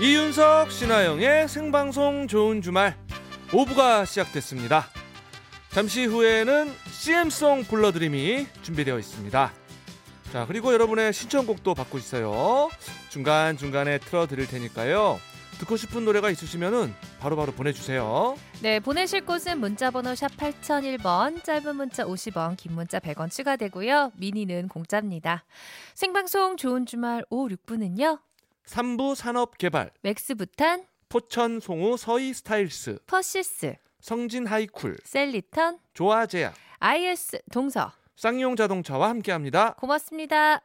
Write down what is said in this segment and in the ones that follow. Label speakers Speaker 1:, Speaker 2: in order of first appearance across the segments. Speaker 1: 이윤석 신하영의 생방송 좋은 주말 5부가 시작됐습니다. 잠시 후에는 CM송 불러드림이 준비되어 있습니다. 자, 그리고 여러분의 신청곡도 받고 있어요. 중간중간에 틀어드릴 테니까요. 듣고 싶은 노래가 있으시면 바로바로 보내주세요.
Speaker 2: 네, 보내실 곳은 문자번호 샵 8001번, 짧은 문자 50원, 긴 문자 100원 추가되고요. 미니는 공짜입니다. 생방송 좋은 주말 오후 6분은요.
Speaker 1: 3부 산업개발,
Speaker 2: 맥스부탄,
Speaker 1: 포천 송우 서희 스타일스,
Speaker 2: 퍼시스,
Speaker 1: 성진 하이쿨,
Speaker 2: 셀리턴,
Speaker 1: 조아제약,
Speaker 2: IS 동서.
Speaker 1: 쌍용 자동차와 함께합니다.
Speaker 2: 고맙습니다.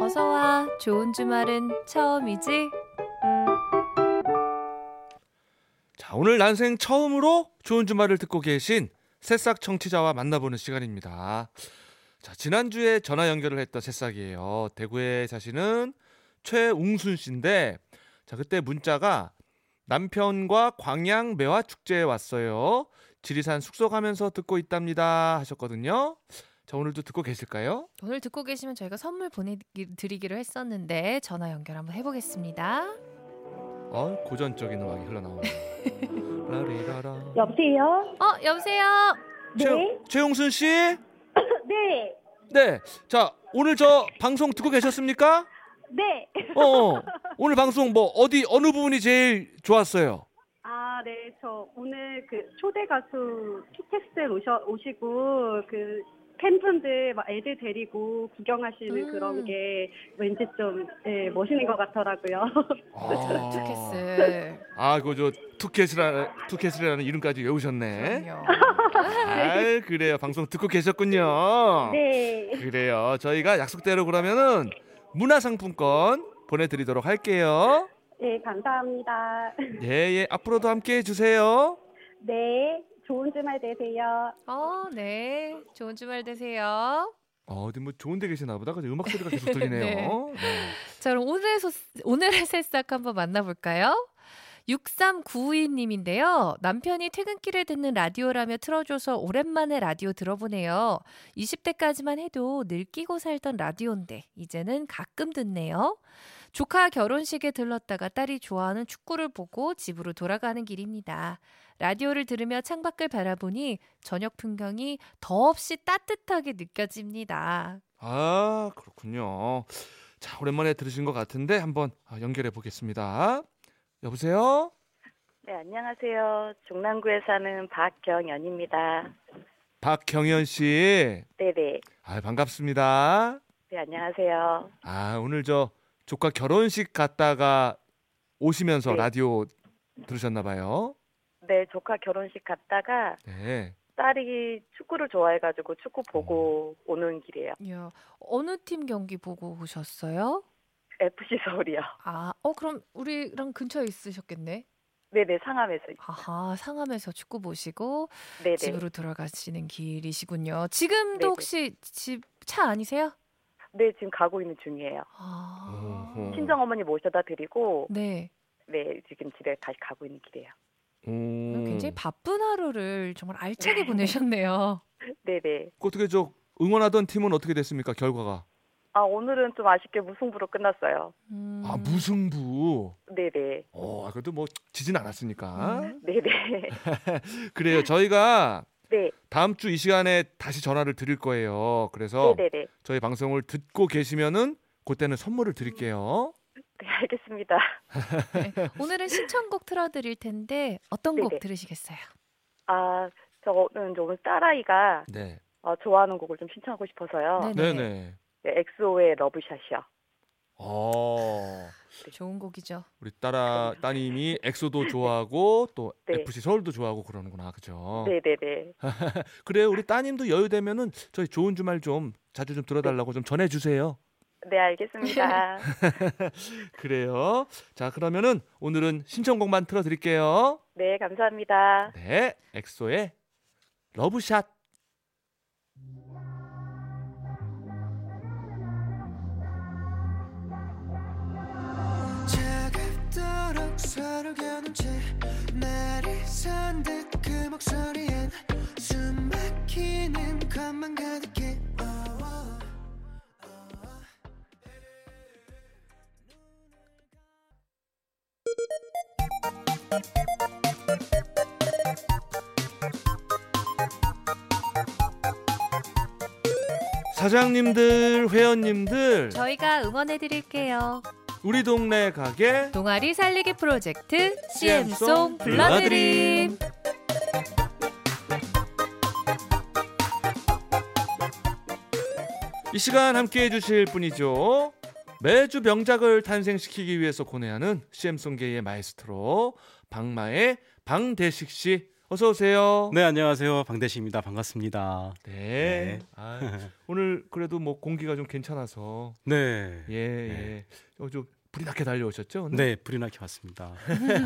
Speaker 2: 어서와. 좋은 주말은 처음이지?
Speaker 1: 자, 오늘 난생 처음으로 좋은 주말을 듣고 계신 새싹 청취자와 만나보는 시간입니다. 자, 지난주에 전화 연결을 했던 새싹이에요. 대구에 사시는 최웅순 씨인데, 자, 그때 문자가 남편과 광양 매화 축제에 왔어요. 지리산 숙소 가면서 듣고 있답니다. 하셨거든요. 자, 오늘도 듣고 계실까요?
Speaker 2: 오늘 듣고 계시면 저희가 선물 보내드리기로 했었는데 전화 연결 한번 해보겠습니다.
Speaker 1: 어, 고전적인 음악이 흘러나오네요. 라리라라.
Speaker 3: 여보세요?
Speaker 2: 어, 여보세요?
Speaker 3: 네?
Speaker 1: 최- 최용순 씨?
Speaker 3: 네.
Speaker 1: 네. 자, 오늘 저 방송 듣고 계셨습니까?
Speaker 3: 네.
Speaker 1: 어, 어. 오늘 방송 뭐 어디 어느 부분이 제일 좋았어요?
Speaker 3: 아, 네. 저 오늘 그 초대 가수 키텍스 오셔 오시고 그 팬분들 막 애들 데리고 구경하시는
Speaker 2: 음.
Speaker 3: 그런 게 왠지 좀 예, 멋있는 것 같더라고요.
Speaker 1: 아,
Speaker 2: 투캐스.
Speaker 1: 아, 그거 저 투켓이라 투켓이라는 이름까지 외우셨네.
Speaker 2: 그럼요.
Speaker 1: 아, 그래요. 방송 듣고 계셨군요.
Speaker 3: 네.
Speaker 1: 그래요. 저희가 약속대로 그러면은 문화상품권 보내드리도록 할게요.
Speaker 3: 네, 감사합니다.
Speaker 1: 예, 예. 앞으로도 함께 해주세요.
Speaker 3: 네. 좋은 주말 되세요.
Speaker 2: 어, 네. 좋은 주말 되세요.
Speaker 1: 어, 어디 뭐 좋은 데 계시나 보다. 근데 음악 소리가 계속 들리네요. 네.
Speaker 2: 자, 그럼 오늘의, 소, 오늘의 새싹 한번 만나볼까요? 6392님인데요. 남편이 퇴근길에 듣는 라디오라며 틀어줘서 오랜만에 라디오 들어보네요. 20대까지만 해도 늘 끼고 살던 라디오인데 이제는 가끔 듣네요. 조카 결혼식에 들렀다가 딸이 좋아하는 축구를 보고 집으로 돌아가는 길입니다. 라디오를 들으며 창밖을 바라보니 저녁 풍경이 더없이 따뜻하게 느껴집니다.
Speaker 1: 아 그렇군요. 자 오랜만에 들으신 것 같은데 한번 아, 연결해 보겠습니다. 여보세요.
Speaker 4: 네, 안녕하세요. 중랑구에 사는 박경연입니다.
Speaker 1: 박경현 씨.
Speaker 4: 네네.
Speaker 1: 아 반갑습니다.
Speaker 4: 네, 안녕하세요.
Speaker 1: 아 오늘 저 조카 결혼식 갔다가 오시면서
Speaker 4: 네.
Speaker 1: 라디오 들으셨나 봐요.
Speaker 4: 네, 조카 결혼식 갔다가
Speaker 1: 네.
Speaker 4: 딸이 축구를 좋아해가지고 축구 보고
Speaker 2: 음.
Speaker 4: 오는 길이에요.
Speaker 2: 야, 어느 팀 경기 보고 오셨어요?
Speaker 4: FC 서울이요.
Speaker 2: 아, 어 그럼 우리랑 근처에 있으셨겠네.
Speaker 4: 네네, 상암에서.
Speaker 2: 아하, 상암에서 축구 보시고
Speaker 4: 네네.
Speaker 2: 집으로 돌아가시는 길이시군요. 지금도
Speaker 4: 네네.
Speaker 2: 혹시 집 차 아니세요?
Speaker 4: 네, 지금 가고 있는 중이에요.
Speaker 2: 아.
Speaker 1: 어허.
Speaker 4: 친정 어머니 모셔다 드리고
Speaker 2: 네.
Speaker 4: 네, 지금 집에 다시 가고 있는 길이에요.
Speaker 1: 오.
Speaker 2: 굉장히 바쁜 하루를 정말 알차게 보내셨네요.
Speaker 4: 네네.
Speaker 1: 어떻게 저 응원하던 팀은 어떻게 됐습니까? 결과가.
Speaker 4: 아, 오늘은 좀 아쉽게 무승부로 끝났어요.
Speaker 2: 음.
Speaker 1: 아 무승부.
Speaker 4: 네네.
Speaker 1: 어 그래도 뭐 지진 않았으니까.
Speaker 2: 음.
Speaker 4: 네네.
Speaker 1: 그래요. 저희가
Speaker 4: 네.
Speaker 1: 다음 주 이 시간에 다시 전화를 드릴 거예요.
Speaker 2: 어.
Speaker 1: 그래서
Speaker 4: 네네네.
Speaker 1: 저희 방송을 듣고 계시면은 그때는 선물을 드릴게요.
Speaker 4: 네, 알겠습니다.
Speaker 2: 오늘은 신청곡 틀어드릴 텐데 어떤 곡
Speaker 4: 네네.
Speaker 2: 들으시겠어요?
Speaker 4: 아, 저는 오늘 딸아이가
Speaker 1: 네.
Speaker 4: 어, 좋아하는 곡을 좀 신청하고 싶어서요.
Speaker 2: 네.
Speaker 1: 네네.
Speaker 4: 네, 엑소의 러브샷이요.
Speaker 1: 어.
Speaker 4: 네.
Speaker 2: 좋은 곡이죠.
Speaker 1: 우리 딸아 따님이 엑소도 좋아하고 또
Speaker 4: 네.
Speaker 1: FC 서울도 좋아하고 그러는구나.
Speaker 2: 어.
Speaker 1: 그죠?
Speaker 4: 네네네.
Speaker 1: 그래요. 우리 따님도 여유 되면은 저희 좋은 주말 좀 자주 좀 들어 달라고 좀 전해 주세요.
Speaker 4: 네, 알겠습니다.
Speaker 1: 그래요. 자, 그러면은 오늘은 신청곡만 틀어 드릴게요.
Speaker 4: 네, 감사합니다.
Speaker 1: 네. 엑소의 러브샷
Speaker 5: 차갑도록 서로 겨눈채 날이 산듯 그 목소리엔 숨 막히는 것만 가득해 Oh, oh, oh, oh.
Speaker 1: 사장님들, 회원님들,
Speaker 2: 저희가 응원해 드릴게요.
Speaker 1: 우리 동네 가게
Speaker 2: 동아리 살리기 프로젝트 CM송 불러드림.
Speaker 1: 이 시간 함께 해주실 분이죠. 매주 명작을 탄생시키기 위해서 고뇌하는 CM송계의 마에스트로 방마의 방대식 씨, 어서 오세요.
Speaker 6: 네 안녕하세요 방대식입니다 반갑습니다.
Speaker 1: 네.
Speaker 6: 네.
Speaker 1: 아, 오늘 그래도 뭐 공기가 좀 괜찮아서
Speaker 6: 네.
Speaker 1: 예, 예. 어, 좀 불이 나게 달려오셨죠? 오늘?
Speaker 6: 네 불이 나게 왔습니다.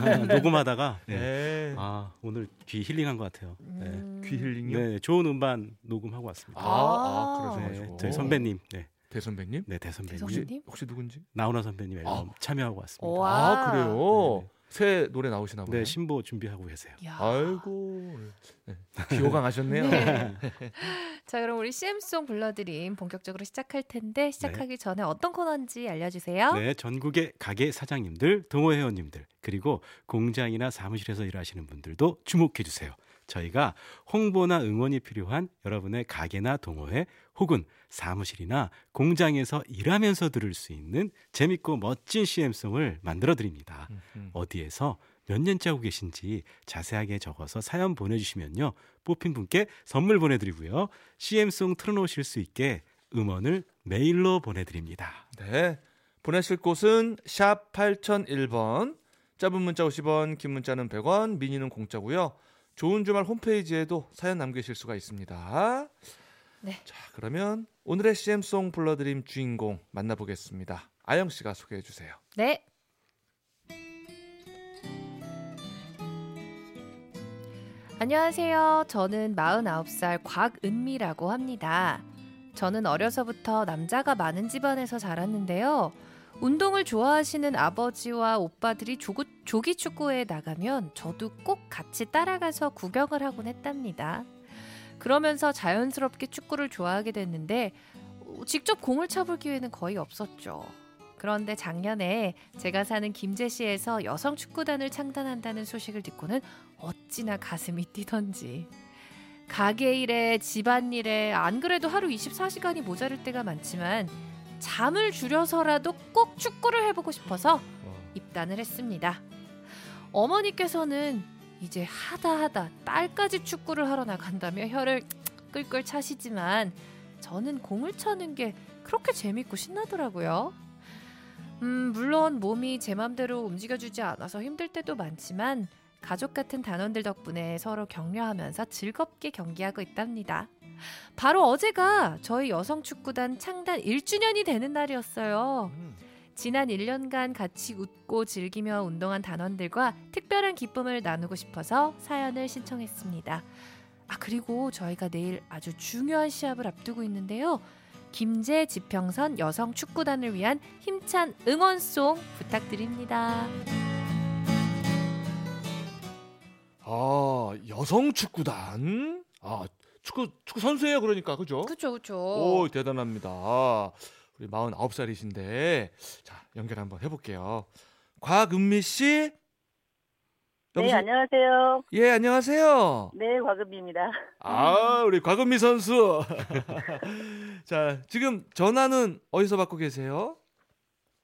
Speaker 6: 아, 녹음하다가
Speaker 1: 네.
Speaker 6: 네. 아 오늘 귀 힐링한 것 같아요. 네.
Speaker 2: 음.
Speaker 1: 귀 힐링요.
Speaker 6: 네 좋은 음반 녹음하고 왔습니다.
Speaker 1: 아, 아,
Speaker 2: 아.
Speaker 1: 그러셔가지고.
Speaker 6: 네, 저희 선배님, 네,
Speaker 1: 대선배님?
Speaker 6: 네 대선배님,
Speaker 1: 혹시,
Speaker 2: 선배님?
Speaker 1: 혹시 누군지?
Speaker 6: 나훈아 선배님 앨범 참여하고 왔습니다.
Speaker 2: 와.
Speaker 1: 아, 그래요?
Speaker 6: 네네.
Speaker 1: 새 노래 나오시나 보네요.
Speaker 6: 네 신보 준비하고 계세요.
Speaker 2: 야.
Speaker 1: 아이고. 네. 기호강하셨네요.
Speaker 2: 네. 자, 그럼 우리 CM송 불러드림 본격적으로 시작할 텐데 시작하기 전에 어떤 코너인지 알려주세요.
Speaker 6: 네 전국의 가게 사장님들, 동호 회원님들 그리고 공장이나 사무실에서 일하시는 분들도 주목해 주세요. 저희가 홍보나 응원이 필요한 여러분의 가게나 동호회 혹은 사무실이나 공장에서 일하면서 들을 수 있는 재밌고 멋진 CM송을 만들어 드립니다.
Speaker 1: 음, 음.
Speaker 6: 어디에서 몇 년째 하고 계신지 자세하게 적어서 사연 보내주시면요. 뽑힌 분께 선물 보내드리고요. CM송 틀어놓으실 수 있게 음원을 메일로 보내드립니다.
Speaker 1: 네. 보내실 곳은 샵 8001번. 짧은 문자 50원, 긴 문자는 100원, 미니는 공짜고요. 좋은 주말 홈페이지에도 사연 남기실 수가 있습니다.
Speaker 2: 네.
Speaker 1: 자, 그러면 오늘의 CM송 불러드림 주인공 만나보겠습니다. 아영 씨가 소개해 주세요.
Speaker 2: 네. 안녕하세요. 저는 49살 곽은미라고 합니다. 저는 어려서부터 남자가 많은 집안에서 자랐는데요. 운동을 좋아하시는 아버지와 오빠들이 조구, 조기 축구에 나가면 저도 꼭 같이 따라가서 구경을 하곤 했답니다. 그러면서 자연스럽게 축구를 좋아하게 됐는데 어, 직접 공을 차볼 기회는 거의 없었죠. 그런데 작년에 제가 사는 김제시에서 여성 축구단을 창단한다는 소식을 듣고는 어찌나 가슴이 뛰던지. 가게 일에 집안일에 안 그래도 하루 24시간이 모자랄 때가 많지만 잠을 줄여서라도 꼭 축구를 해보고 싶어서 입단을 했습니다. 어머니께서는 이제 하다 하다 딸까지 축구를 하러 나간다며 혀를 끌끌 차시지만 저는 공을 차는 게 그렇게 재밌고 신나더라고요. 음, 물론 몸이 제 맘대로 움직여주지 않아서 힘들 때도 많지만 가족 같은 단원들 덕분에 서로 격려하면서 즐겁게 경기하고 있답니다. 바로 어제가 저희 여성축구단 창단 1주년이 되는 날이었어요.
Speaker 1: 음.
Speaker 2: 지난 1년간 같이 웃고 즐기며 운동한 단원들과 특별한 기쁨을 나누고 싶어서 사연을 신청했습니다. 아, 그리고 저희가 내일 아주 중요한 시합을 앞두고 있는데요. 김제 지평선 여성 축구단을 위한 힘찬 응원송 부탁드립니다.
Speaker 1: 아, 여성 축구단. 아, 축구 축구 선수예요, 그러니까. 그죠?
Speaker 2: 그쵸 그쵸.
Speaker 1: 오, 대단합니다. 아, 우리 49살이신데 자, 연결 한번 해 볼게요. 곽은미 씨?
Speaker 4: 네,
Speaker 1: 여보세요?
Speaker 4: 안녕하세요.
Speaker 1: 예, 안녕하세요.
Speaker 4: 네, 과금입니다.
Speaker 1: 아,
Speaker 2: 음.
Speaker 1: 우리 곽은미 선수. 자, 지금 전화는 어디서 받고 계세요?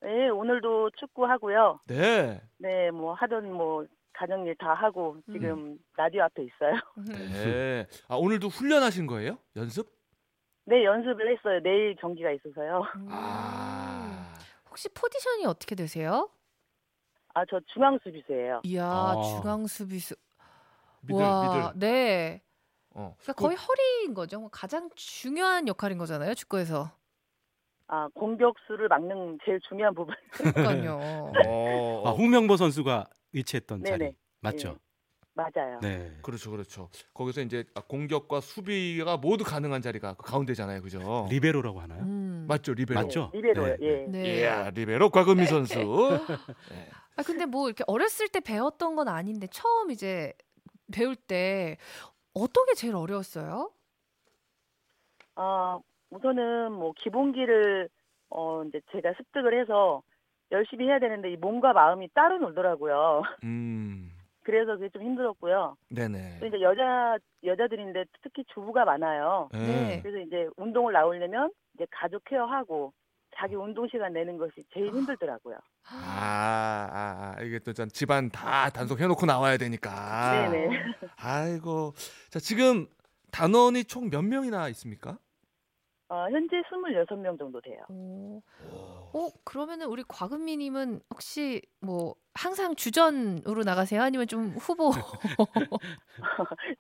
Speaker 4: 네, 오늘도 축구하고요.
Speaker 1: 네.
Speaker 4: 네, 뭐 하던 뭐 가정일 다 하고
Speaker 6: 음.
Speaker 4: 지금 라디오 앞에 있어요.
Speaker 2: 음.
Speaker 1: 네. 아, 오늘도 훈련하신 거예요? 연습?
Speaker 4: 네, 연습을 했어요. 내일 경기가 있어서요.
Speaker 2: 음.
Speaker 1: 아.
Speaker 2: 혹시 포지션이 어떻게 되세요?
Speaker 4: 아, 저 중앙 수비수예요.
Speaker 2: 이야
Speaker 6: 아.
Speaker 2: 중앙 수비수.
Speaker 1: 미들,
Speaker 2: 음. 와,
Speaker 1: 미들.
Speaker 2: 네.
Speaker 1: 어.
Speaker 2: 그러니까 거의 허리인 거죠. 가장 중요한 역할인 거잖아요 축구에서.
Speaker 4: 아, 공격수를 막는 제일 중요한 부분.
Speaker 2: 그러니까요.
Speaker 1: 어,
Speaker 6: 아,
Speaker 1: 어.
Speaker 6: 홍명보 선수가 위치했던
Speaker 4: 네네. 예.
Speaker 6: 자리 맞죠?
Speaker 4: 맞아요.
Speaker 6: 네.
Speaker 1: 그렇죠, 그렇죠. 거기서 이제 공격과 수비가 모두 가능한 자리가 그 가운데잖아요, 그죠?
Speaker 6: 리베로라고 하나요?
Speaker 2: 음.
Speaker 1: 맞죠, 리베로.
Speaker 6: 맞죠?
Speaker 4: 리베로요.
Speaker 6: 네.
Speaker 4: 예.
Speaker 2: 네.
Speaker 1: 이야, 리베로 곽은미 선수. 네.
Speaker 2: 아 근데 뭐 이렇게 어렸을 때 배웠던 건 아닌데 처음 이제 배울 때 어떤 게 제일 어려웠어요?
Speaker 4: 아, 우선은 뭐 기본기를 어 이제 제가 습득을 해서 열심히 해야 되는데 이 몸과 마음이 따로 놀더라고요.
Speaker 1: 음.
Speaker 4: 그래서 그게 좀 힘들었고요.
Speaker 1: 네네.
Speaker 4: 또 이제 그러니까 여자 여자들인데 특히 주부가 많아요.
Speaker 1: 예.
Speaker 2: 네.
Speaker 4: 그래서 이제 운동을 나오려면 이제 가족 케어하고 자기 운동 시간 내는 것이 제일 힘들더라고요.
Speaker 1: 아, 아, 아, 이게 또 전 집안 다 단속해놓고 나와야 되니까.
Speaker 4: 네네.
Speaker 1: 아이고. 자, 지금 단원이 총 몇 명이나 있습니까?
Speaker 4: 어, 현재 26명 정도 돼요.
Speaker 2: 오. 어, 그러면은 우리 과금민님은 혹시 뭐 항상 주전으로 나가세요? 아니면 좀 후보?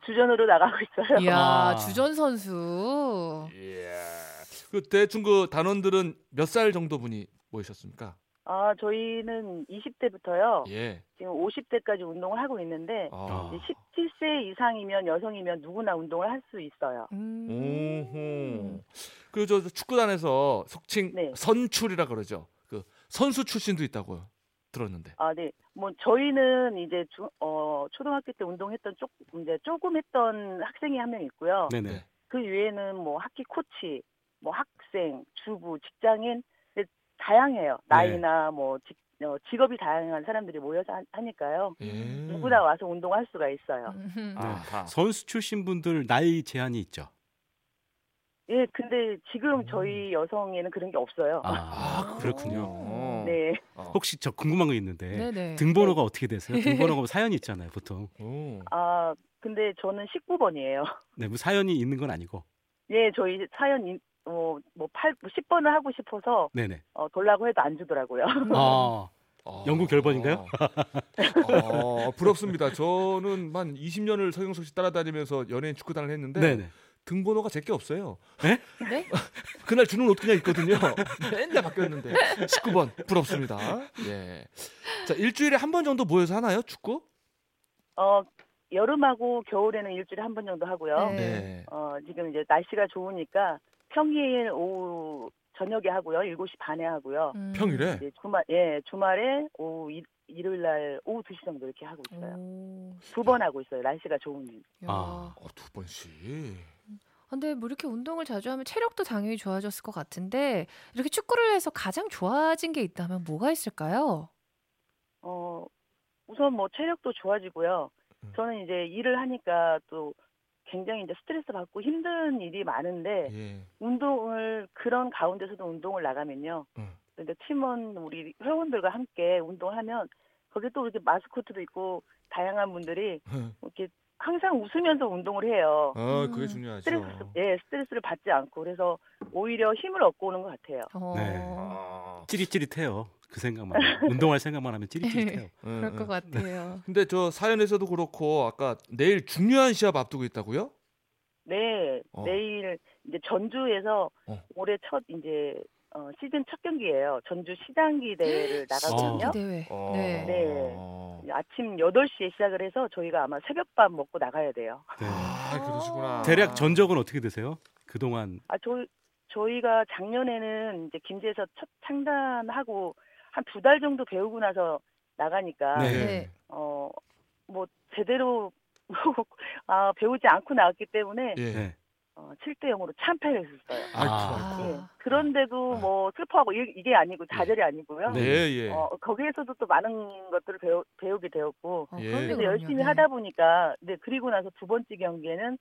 Speaker 4: 주전으로 나가고 있어요.
Speaker 2: 이야,
Speaker 6: 아.
Speaker 2: 주전 선수.
Speaker 1: 예. 그 대충 그 단원들은 몇 살 정도 분이 모이셨습니까?
Speaker 4: 아, 저희는 20대부터요.
Speaker 1: 예.
Speaker 4: 지금 50대까지 운동을 하고 있는데
Speaker 1: 아.
Speaker 6: 예,
Speaker 4: 17세 이상이면 여성이면 누구나 운동을 할 수 있어요.
Speaker 2: 음.
Speaker 1: 오호. 음. 그저 축구단에서 속칭
Speaker 4: 네.
Speaker 1: 선출이라 그러죠. 그 선수 출신도 있다고 들었는데.
Speaker 4: 아, 네. 뭐 저희는 이제 중, 어, 초등학교 때 운동했던 쪽 이제 조금 했던 학생이 한 명 있고요.
Speaker 6: 네네.
Speaker 4: 그 외에는 뭐 학기 코치, 뭐 학생, 주부, 직장인 근데 다양해요.
Speaker 2: 네.
Speaker 4: 나이나 뭐 직, 어, 직업이 다양한 사람들이 모여서 하- 하니까요.
Speaker 1: 예.
Speaker 4: 누구나 와서 운동할 수가 있어요.
Speaker 2: 음.
Speaker 1: 아하.
Speaker 6: 선수 출신 분들 나이 제한이 있죠.
Speaker 4: 예, 근데
Speaker 2: 음.
Speaker 4: 지금 저희 여성에는 그런 게 없어요.
Speaker 6: 아, 그렇군요.
Speaker 2: 아.
Speaker 1: 어.
Speaker 4: 네.
Speaker 1: 어.
Speaker 6: 혹시 저 궁금한 거 있는데
Speaker 2: 네네. 네.
Speaker 6: 등번호가 어떻게 되세요? 등번호가 뭐 사연이 있잖아요, 보통.
Speaker 1: 오.
Speaker 4: 아, 근데 저는 19번이에요.
Speaker 6: 네, 뭐 사연이 있는 건 아니고.
Speaker 4: 예, 저희 사연 인, 어, 뭐 8, 10번을 하고 싶어서
Speaker 6: 네네.
Speaker 4: 어, 돌라고 해도 안 주더라고요.
Speaker 6: 아,
Speaker 1: 어.
Speaker 6: 연구 결번인가요?
Speaker 1: 어, 어, 부럽습니다. 저는 한 20년을 서경석 씨 따라다니면서 연예인 축구단을 했는데
Speaker 6: 네네.
Speaker 1: 등번호가 제게 없어요.
Speaker 2: 네?
Speaker 1: 그날 주는 옷 그냥 있거든요. 맨날 바뀌었는데 19번 부럽습니다. 예. 자 일주일에 한 번 정도 모여서 하나요 축구?
Speaker 4: 어, 여름하고 겨울에는 일주일에 한 번 정도 하고요.
Speaker 2: 네.
Speaker 4: 어, 지금 이제 날씨가 좋으니까 평일 오후 저녁에 하고요. 7시 반에 하고요.
Speaker 2: 음.
Speaker 1: 아, 평일에.
Speaker 4: 이제 주말 예, 주말에 오후 일, 일요일 날 오후 2시 정도 이렇게 하고 있어요.
Speaker 2: 음. 오.
Speaker 4: 두 번 하고 있어요. 날씨가 좋은
Speaker 2: 야.
Speaker 6: 아.
Speaker 1: 어, 두 번씩. 네.
Speaker 2: 근데 뭐 이렇게 운동을 자주 하면 체력도 당연히 좋아졌을 것 같은데 이렇게 축구를 해서 가장 좋아진 게 있다면 뭐가 있을까요?
Speaker 4: 어, 우선 뭐 체력도 좋아지고요.
Speaker 1: 음.
Speaker 4: 저는 이제 일을 하니까 또 굉장히 이제 스트레스 받고 힘든 일이 많은데
Speaker 1: 예.
Speaker 4: 운동을 그런 가운데서도 운동을 나가면요.
Speaker 1: 음.
Speaker 4: 근데 팀원 우리 회원들과 함께 운동하면 거기 또 이렇게 마스코트도 있고 다양한 분들이
Speaker 1: 음.
Speaker 4: 이렇게 항상 웃으면서 운동을 해요.
Speaker 1: 아
Speaker 2: 음.
Speaker 1: 그게 중요하죠.
Speaker 4: 스트레스 예 스트레스를 받지 않고 그래서 오히려 힘을 얻고 오는 것 같아요.
Speaker 2: 어,
Speaker 6: 네.
Speaker 1: 아,
Speaker 6: 찌릿찌릿해요. 그 생각만. 하면. 운동할 생각만 하면 찌릿찌릿해요.
Speaker 1: 응,
Speaker 2: 그럴
Speaker 1: 응.
Speaker 2: 것 같아요.
Speaker 1: 예, 근데 저 사연에서도 그렇고 아까 내일 중요한 시합 앞두고 있다고요?
Speaker 4: 네
Speaker 1: 어.
Speaker 4: 내일 이제 전주에서
Speaker 1: 어.
Speaker 4: 올해 첫 이제 어, 시즌 첫 경기예요. 전주 시장기 대회를 나가거든요.
Speaker 2: 시장기 대회.
Speaker 1: 어.
Speaker 2: 네.
Speaker 4: 네. 아침 8시에 시작을 해서 저희가 아마 새벽밥 먹고 나가야 돼요.
Speaker 6: 네.
Speaker 1: 아 그러시구나.
Speaker 6: 대략 전적은 어떻게 되세요? 그동안
Speaker 4: 아, 저, 저희가 작년에는 이제 김제에서 첫 창단하고 한 두 달 정도 배우고 나서 나가니까,
Speaker 1: 아, 예.
Speaker 6: 네.
Speaker 2: 네.
Speaker 4: 어, 뭐, 제대로, 아, 배우지 않고 나왔기 때문에,
Speaker 1: 예.
Speaker 6: 네.
Speaker 4: 어, 7대 0으로 참패를 했었어요.
Speaker 1: 아이쿠,
Speaker 6: 아.
Speaker 1: 아이쿠.
Speaker 4: 예.
Speaker 2: 아.
Speaker 4: 그런데도
Speaker 1: 아.
Speaker 4: 뭐, 슬퍼하고, 이- 이게 아니고, 좌절이 아니고요.
Speaker 1: 네. 예. 예.
Speaker 4: 어, 거기에서도 또 많은 것들을 배우, 배우게 되었고,
Speaker 2: 어,
Speaker 1: 예.
Speaker 2: 그럼요,
Speaker 1: 그래서
Speaker 4: 그래서
Speaker 2: 그럼요.
Speaker 4: 열심히
Speaker 2: 네.
Speaker 4: 하다 보니까 네 그리고 나서 두 번째 경기에는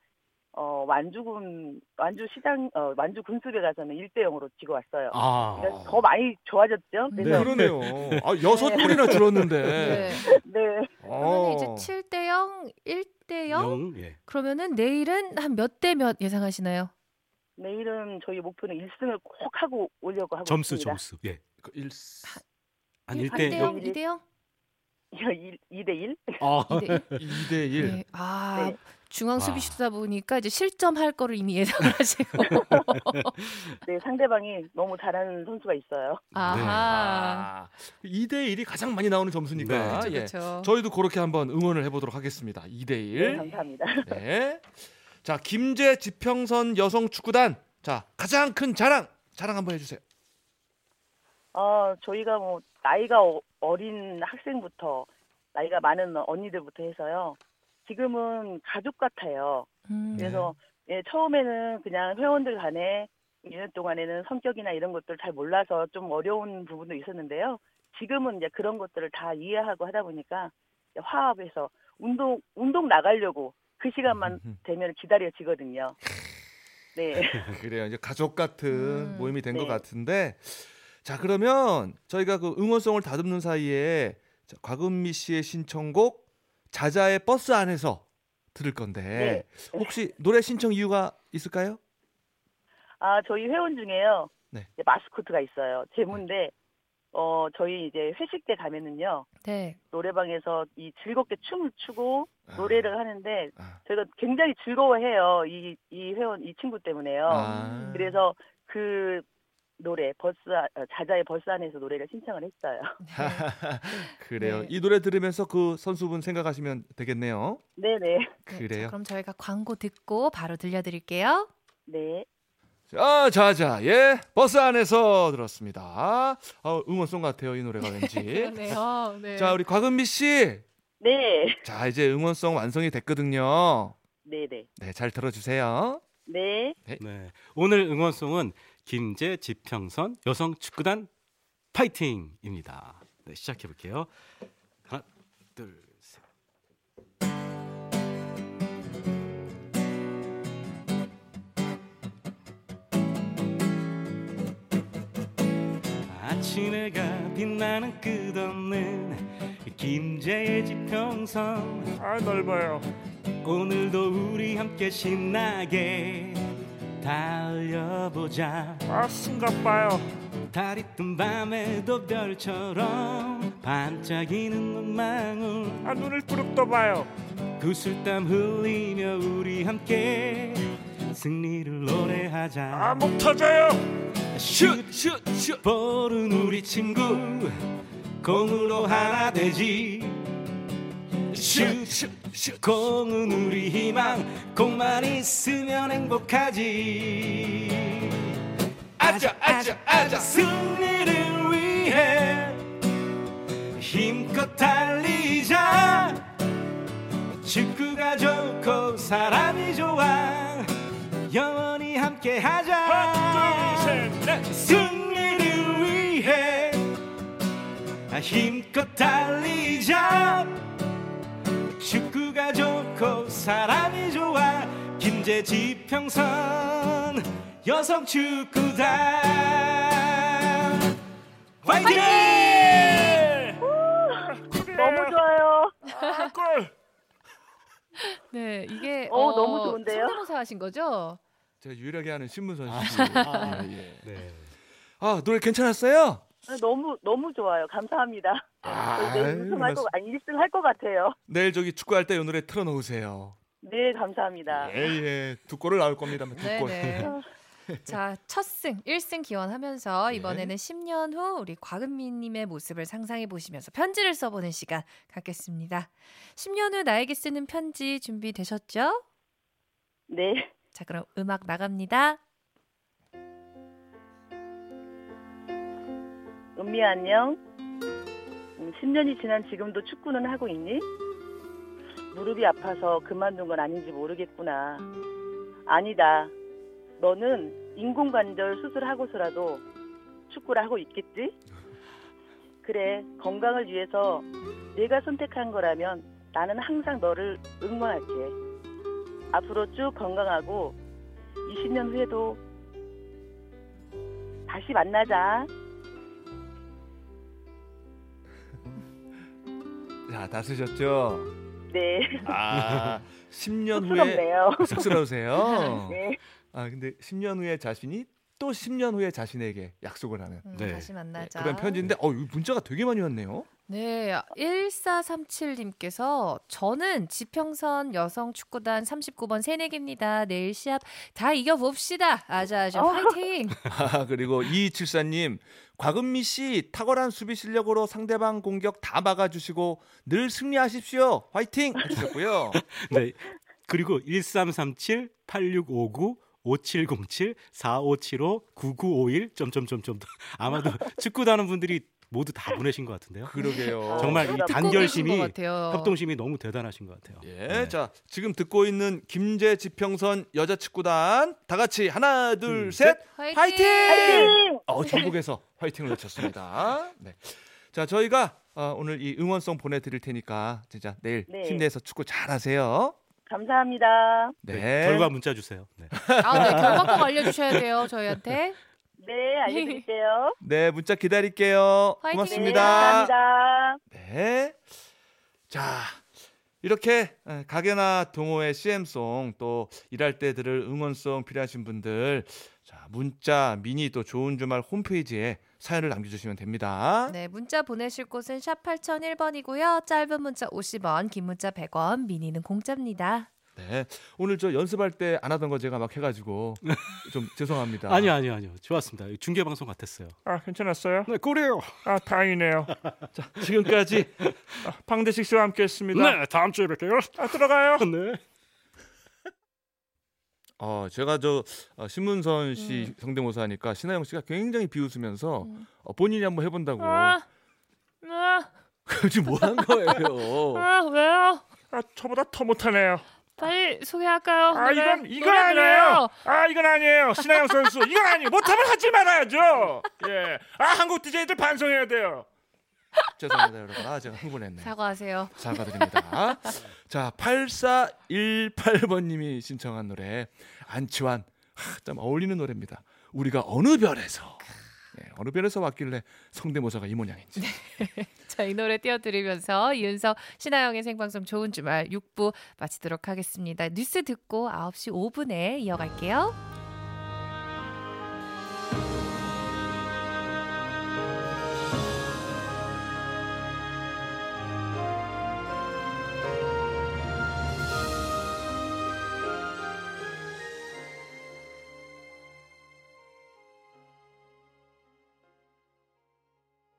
Speaker 4: 어 완주군 완주 시장 어 완주 군수에 가서는 1대 0으로 지고 왔어요.
Speaker 6: 아.
Speaker 4: 그러니까 더 많이 좋아졌죠.
Speaker 1: 네.
Speaker 4: 그래서
Speaker 1: 그러네요. 아 여섯 골이나 줄었는데.
Speaker 2: 네.
Speaker 4: 네.
Speaker 2: 그러면 이제
Speaker 1: 어.
Speaker 2: 7대 0, 1대 0.
Speaker 6: 영? 예.
Speaker 2: 그러면은 내일은 한 몇 대 몇 예상하시나요?
Speaker 4: 내일은 저희 목표는 1승을 꼭 하고 오려고 하고
Speaker 6: 점수
Speaker 4: 있습니다.
Speaker 6: 점수. 예.
Speaker 1: 그 일-
Speaker 6: 한
Speaker 2: 일-
Speaker 6: 1대
Speaker 2: 대
Speaker 6: 0.
Speaker 2: 0, 2대 0?
Speaker 4: 2대 1?
Speaker 6: 아.
Speaker 2: 2대 1.
Speaker 1: 이대 일.
Speaker 2: 네. 아,
Speaker 4: 네.
Speaker 2: 중앙
Speaker 6: 와.
Speaker 2: 수비수다 보니까 이제 실점할 거를 이미 예상하시고.
Speaker 4: 네, 상대방이 너무 잘하는 선수가 있어요.
Speaker 2: 아하.
Speaker 1: 아. 이대일이 가장 많이 나오는 점수니까.
Speaker 6: 네.
Speaker 2: 그렇죠,
Speaker 1: 예.
Speaker 2: 그렇죠.
Speaker 1: 저희도 그렇게 한번 응원을 해보도록 하겠습니다. 이대
Speaker 4: 어? 네,
Speaker 1: 일.
Speaker 4: 감사합니다.
Speaker 1: 네. 자, 김제 지평선 여성 축구단. 자, 가장 큰 자랑 자랑 한번 해주세요.
Speaker 4: 어, 저희가 뭐 나이가 어- 어린 학생부터 나이가 많은 언니들부터 해서요. 지금은 가족 같아요.
Speaker 2: 음.
Speaker 4: 그래서 예, 처음에는 그냥 회원들 간에 1년 동안에는 성격이나 이런 것들 잘 몰라서 좀 어려운 부분도 있었는데요. 지금은 이제 그런 것들을 다 이해하고 하다 보니까 이제 화합해서 운동 운동 나가려고 그
Speaker 1: 음.
Speaker 4: 시간만 되면 기다려지거든요. 네.
Speaker 1: 그래요. 이제 가족 같은
Speaker 2: 음,
Speaker 1: 모임이 된 것
Speaker 4: 네.
Speaker 1: 같은데 자 그러면 저희가 그 응원송을 다듬는 사이에 자, 곽은미 씨의 신청곡 자자의 버스 안에서 들을 건데
Speaker 4: 네.
Speaker 1: 혹시 노래 신청 이유가 있을까요?
Speaker 4: 아 저희 회원 중에요.
Speaker 1: 네.
Speaker 4: 이제 마스코트가 있어요. 제문데 어 저희 이제 회식 때 가면은요
Speaker 2: 네.
Speaker 4: 노래방에서 이 즐겁게 춤을 추고 노래를 하는데
Speaker 1: 아,
Speaker 4: 저희가 굉장히 즐거워해요. 이, 이 회원, 이 친구 때문에요.
Speaker 1: 아.
Speaker 4: 그래서 그 노래, 버스, 아, 자자의 버스 안에서 노래를 신청을 했어요.
Speaker 1: 그래요.
Speaker 2: 네.
Speaker 1: 이 노래 들으면서 그 선수분 생각하시면 되겠네요.
Speaker 4: 네네.
Speaker 2: 네,
Speaker 1: 그래요?
Speaker 2: 자, 그럼 저희가 광고 듣고 바로 들려드릴게요.
Speaker 4: 네.
Speaker 1: 자, 자자, 예, 버스 안에서 들었습니다. 아, 응원송 같아요, 이 노래가 왠지.
Speaker 2: 그러네요. 네.
Speaker 1: 자, 우리 곽은미 씨,
Speaker 4: 네.
Speaker 1: 자, 이제 응원송 완성이 됐거든요.
Speaker 4: 네네.
Speaker 1: 네, 잘 들어주세요.
Speaker 4: 네.
Speaker 6: 네. 오늘 응원송은 김제 지평선 여성 축구단 파이팅입니다. 네, 시작해 볼게요. 하나, 둘, 셋. 아침 해가 빛나는 끝없는 김제의 지평선
Speaker 1: 아, 넓어요.
Speaker 6: 오늘도 우리 함께 신나게 달려보자
Speaker 1: 아, 숨가빠요.
Speaker 6: 달이 뜬 밤에도 별처럼 반짝이는 눈망울
Speaker 1: 아, 눈을 뿌릅떠 봐요.
Speaker 6: 구슬땀 흘리며 우리 함께 승리를 노래하자
Speaker 1: 아, 목 터져요.
Speaker 6: 슛!
Speaker 1: 슛, 슛, 슛.
Speaker 6: 볼은 우리 친구 공으로 하나 되지
Speaker 1: 슛, 슛,
Speaker 6: 슛 공은 우리 희망 공만 있으면 행복하지 아자 아자 아자 승리를 위해 힘껏 달리자 축구가 좋고 사람이 좋아 영원히 함께하자 승리를 위해 힘껏 달리자 축구가 좋고 사람이 좋아 김제 지평선 여성 축구단 화이팅!
Speaker 4: 너무 좋아요.
Speaker 2: 네, 이게
Speaker 4: 어, 너무 좋은데요?
Speaker 2: 성대모사 하신 거죠?
Speaker 1: 제가 유일하게 하는 신문선
Speaker 6: 아,
Speaker 1: 씨. 아, 예.
Speaker 6: 네.
Speaker 1: 아, 노래 괜찮았어요?
Speaker 4: 아, 너무, 너무 좋아요. 감사합니다.
Speaker 1: 아,
Speaker 4: 이제 우승할 것, 아니, 1승 할 것 같아요.
Speaker 1: 내일 저기 축구할 때 이 노래 틀어놓으세요.
Speaker 4: 네, 감사합니다.
Speaker 1: 예, 예. 두 골을 나올 겁니다. 두
Speaker 2: 네,
Speaker 1: 골.
Speaker 2: 네. 자, 첫 승, 1승 기원하면서
Speaker 1: 예.
Speaker 2: 이번에는 10년 후 우리 곽은미 님의 모습을 상상해 보시면서 편지를 써 보는 시간 갖겠습니다. 10년 후 나에게 쓰는 편지 준비되셨죠?
Speaker 4: 네.
Speaker 2: 자, 그럼 음악 나갑니다.
Speaker 4: 은미 안녕. 음, 10년이 지난 지금도 축구는 하고 있니? 무릎이 아파서 그만둔 건 아닌지 모르겠구나. 아니다. 너는 인공관절 수술하고서라도 축구를 하고 있겠지? 그래, 건강을 위해서 내가 선택한 거라면 나는 항상 너를 응원할게. 앞으로 쭉 건강하고 20년 후에도 다시 만나자.
Speaker 1: 자, 다 쓰셨죠?
Speaker 4: 네.
Speaker 1: 아, 10년 후에
Speaker 4: 쑥스럽네요.
Speaker 1: 쑥스러우세요.
Speaker 4: 아, 네.
Speaker 1: 아, 근데 10년 후에 자신이 또 10년 후에 자신에게 약속을 하는
Speaker 2: 음,
Speaker 6: 네.
Speaker 2: 다시 만나자.
Speaker 1: 그런 편지인데 어, 이 문자가 되게 많이 왔네요.
Speaker 2: 네, 1437님께서 저는 지평선 여성 축구단 39번 새내기입니다. 내일 시합 다 이겨 봅시다. 아자아자
Speaker 4: 어.
Speaker 2: 파이팅.
Speaker 1: 아, 그리고 2274님, 곽은미 씨 탁월한 수비 실력으로 상대방 공격 다 막아주시고 늘 승리하십시오. 화이팅 해주셨고요.
Speaker 6: 네. 그리고 1337 8659 5707 4575 9951 점점점점 아마도 축구단원 분들이 모두 다 보내신 것 같은데요.
Speaker 1: 그러게요.
Speaker 6: 정말 아, 이
Speaker 4: 듣고 계신
Speaker 6: 단결심이
Speaker 2: 것 같아요.
Speaker 6: 협동심이 너무 대단하신 것 같아요.
Speaker 1: 예,
Speaker 6: 네.
Speaker 1: 자 지금 듣고 있는 김제 지평선 여자 축구단 다 같이 하나, 둘,
Speaker 6: 둘,
Speaker 1: 음, 셋,
Speaker 2: 화이팅!
Speaker 1: 화이팅!
Speaker 4: 화이팅!
Speaker 1: 어, 전국에서 화이팅을 외쳤습니다. 네. 자, 저희가 어, 오늘 이 응원송 보내드릴 테니까 진짜 내일
Speaker 4: 네.
Speaker 1: 힘내서 축구 잘하세요.
Speaker 4: 감사합니다.
Speaker 1: 네.
Speaker 6: 결과 문자 주세요. 네.
Speaker 2: 아, 네, 결과 꼭 알려주셔야 돼요, 저희한테.
Speaker 4: 네, 알려드릴게요.
Speaker 1: 네, 문자 기다릴게요.
Speaker 2: 화이팅!
Speaker 4: 네,
Speaker 1: 고맙습니다.
Speaker 4: 감사합니다.
Speaker 1: 네. 자, 이렇게 에, 가게나 동호회 CM송 또 일할 때 들을 응원송 필요하신 분들 자, 문자 미니 또 좋은 주말 홈페이지에 사연을 남겨 주시면 됩니다.
Speaker 2: 네, 문자 보내실 곳은 샵 8001번이고요. 짧은 문자 50원, 긴 문자 100원, 미니는 공짜입니다.
Speaker 1: 네. 오늘 저 연습할 때 안 하던 거 제가 막 해 가지고 좀 죄송합니다.
Speaker 6: 아니요, 아니요, 아니요. 좋았습니다. 중계 방송 같았어요.
Speaker 1: 아, 괜찮았어요?
Speaker 6: 네, 꼬래요.
Speaker 1: 아, 다행이네요. 자, 지금까지 방대식 씨와 함께 했습니다.
Speaker 6: 네, 다음 주에 뵐게요.
Speaker 1: 아, 들어가요.
Speaker 6: 네.
Speaker 1: 어, 제가 저 어, 신문선 씨
Speaker 2: 음.
Speaker 1: 성대모사 하니까 신하영 씨가 굉장히 비웃으면서 어, 본인이 한번 해본다고.
Speaker 2: 아,
Speaker 1: 지금 뭐한 거예요?
Speaker 2: 아, 왜요?
Speaker 1: 아, 저보다 더 못하네요.
Speaker 2: 빨리 소개할까요?
Speaker 1: 아, 이건 이건 아니에요. 아, 이건 아니에요. 신하영 선수, 이건 아니에요. 못하면 하지 말아야죠. 예, 아 한국 DJ들 반성해야 돼요. 죄송합니다, 여러분. 아, 제가 흥분했네.
Speaker 2: 사과하세요.
Speaker 1: 사과드립니다. 자, 8418번님이 신청한 노래 안치환 하, 참 어울리는 노래입니다. 우리가 어느 별에서 예, 어느 별에서 왔길래 성대모사가 이 모양인지.
Speaker 2: 자, 이 노래 띄워드리면서 이윤석, 신하영의 생방송 좋은 주말 6부 마치도록 하겠습니다. 뉴스 듣고 9시 5분에 이어갈게요.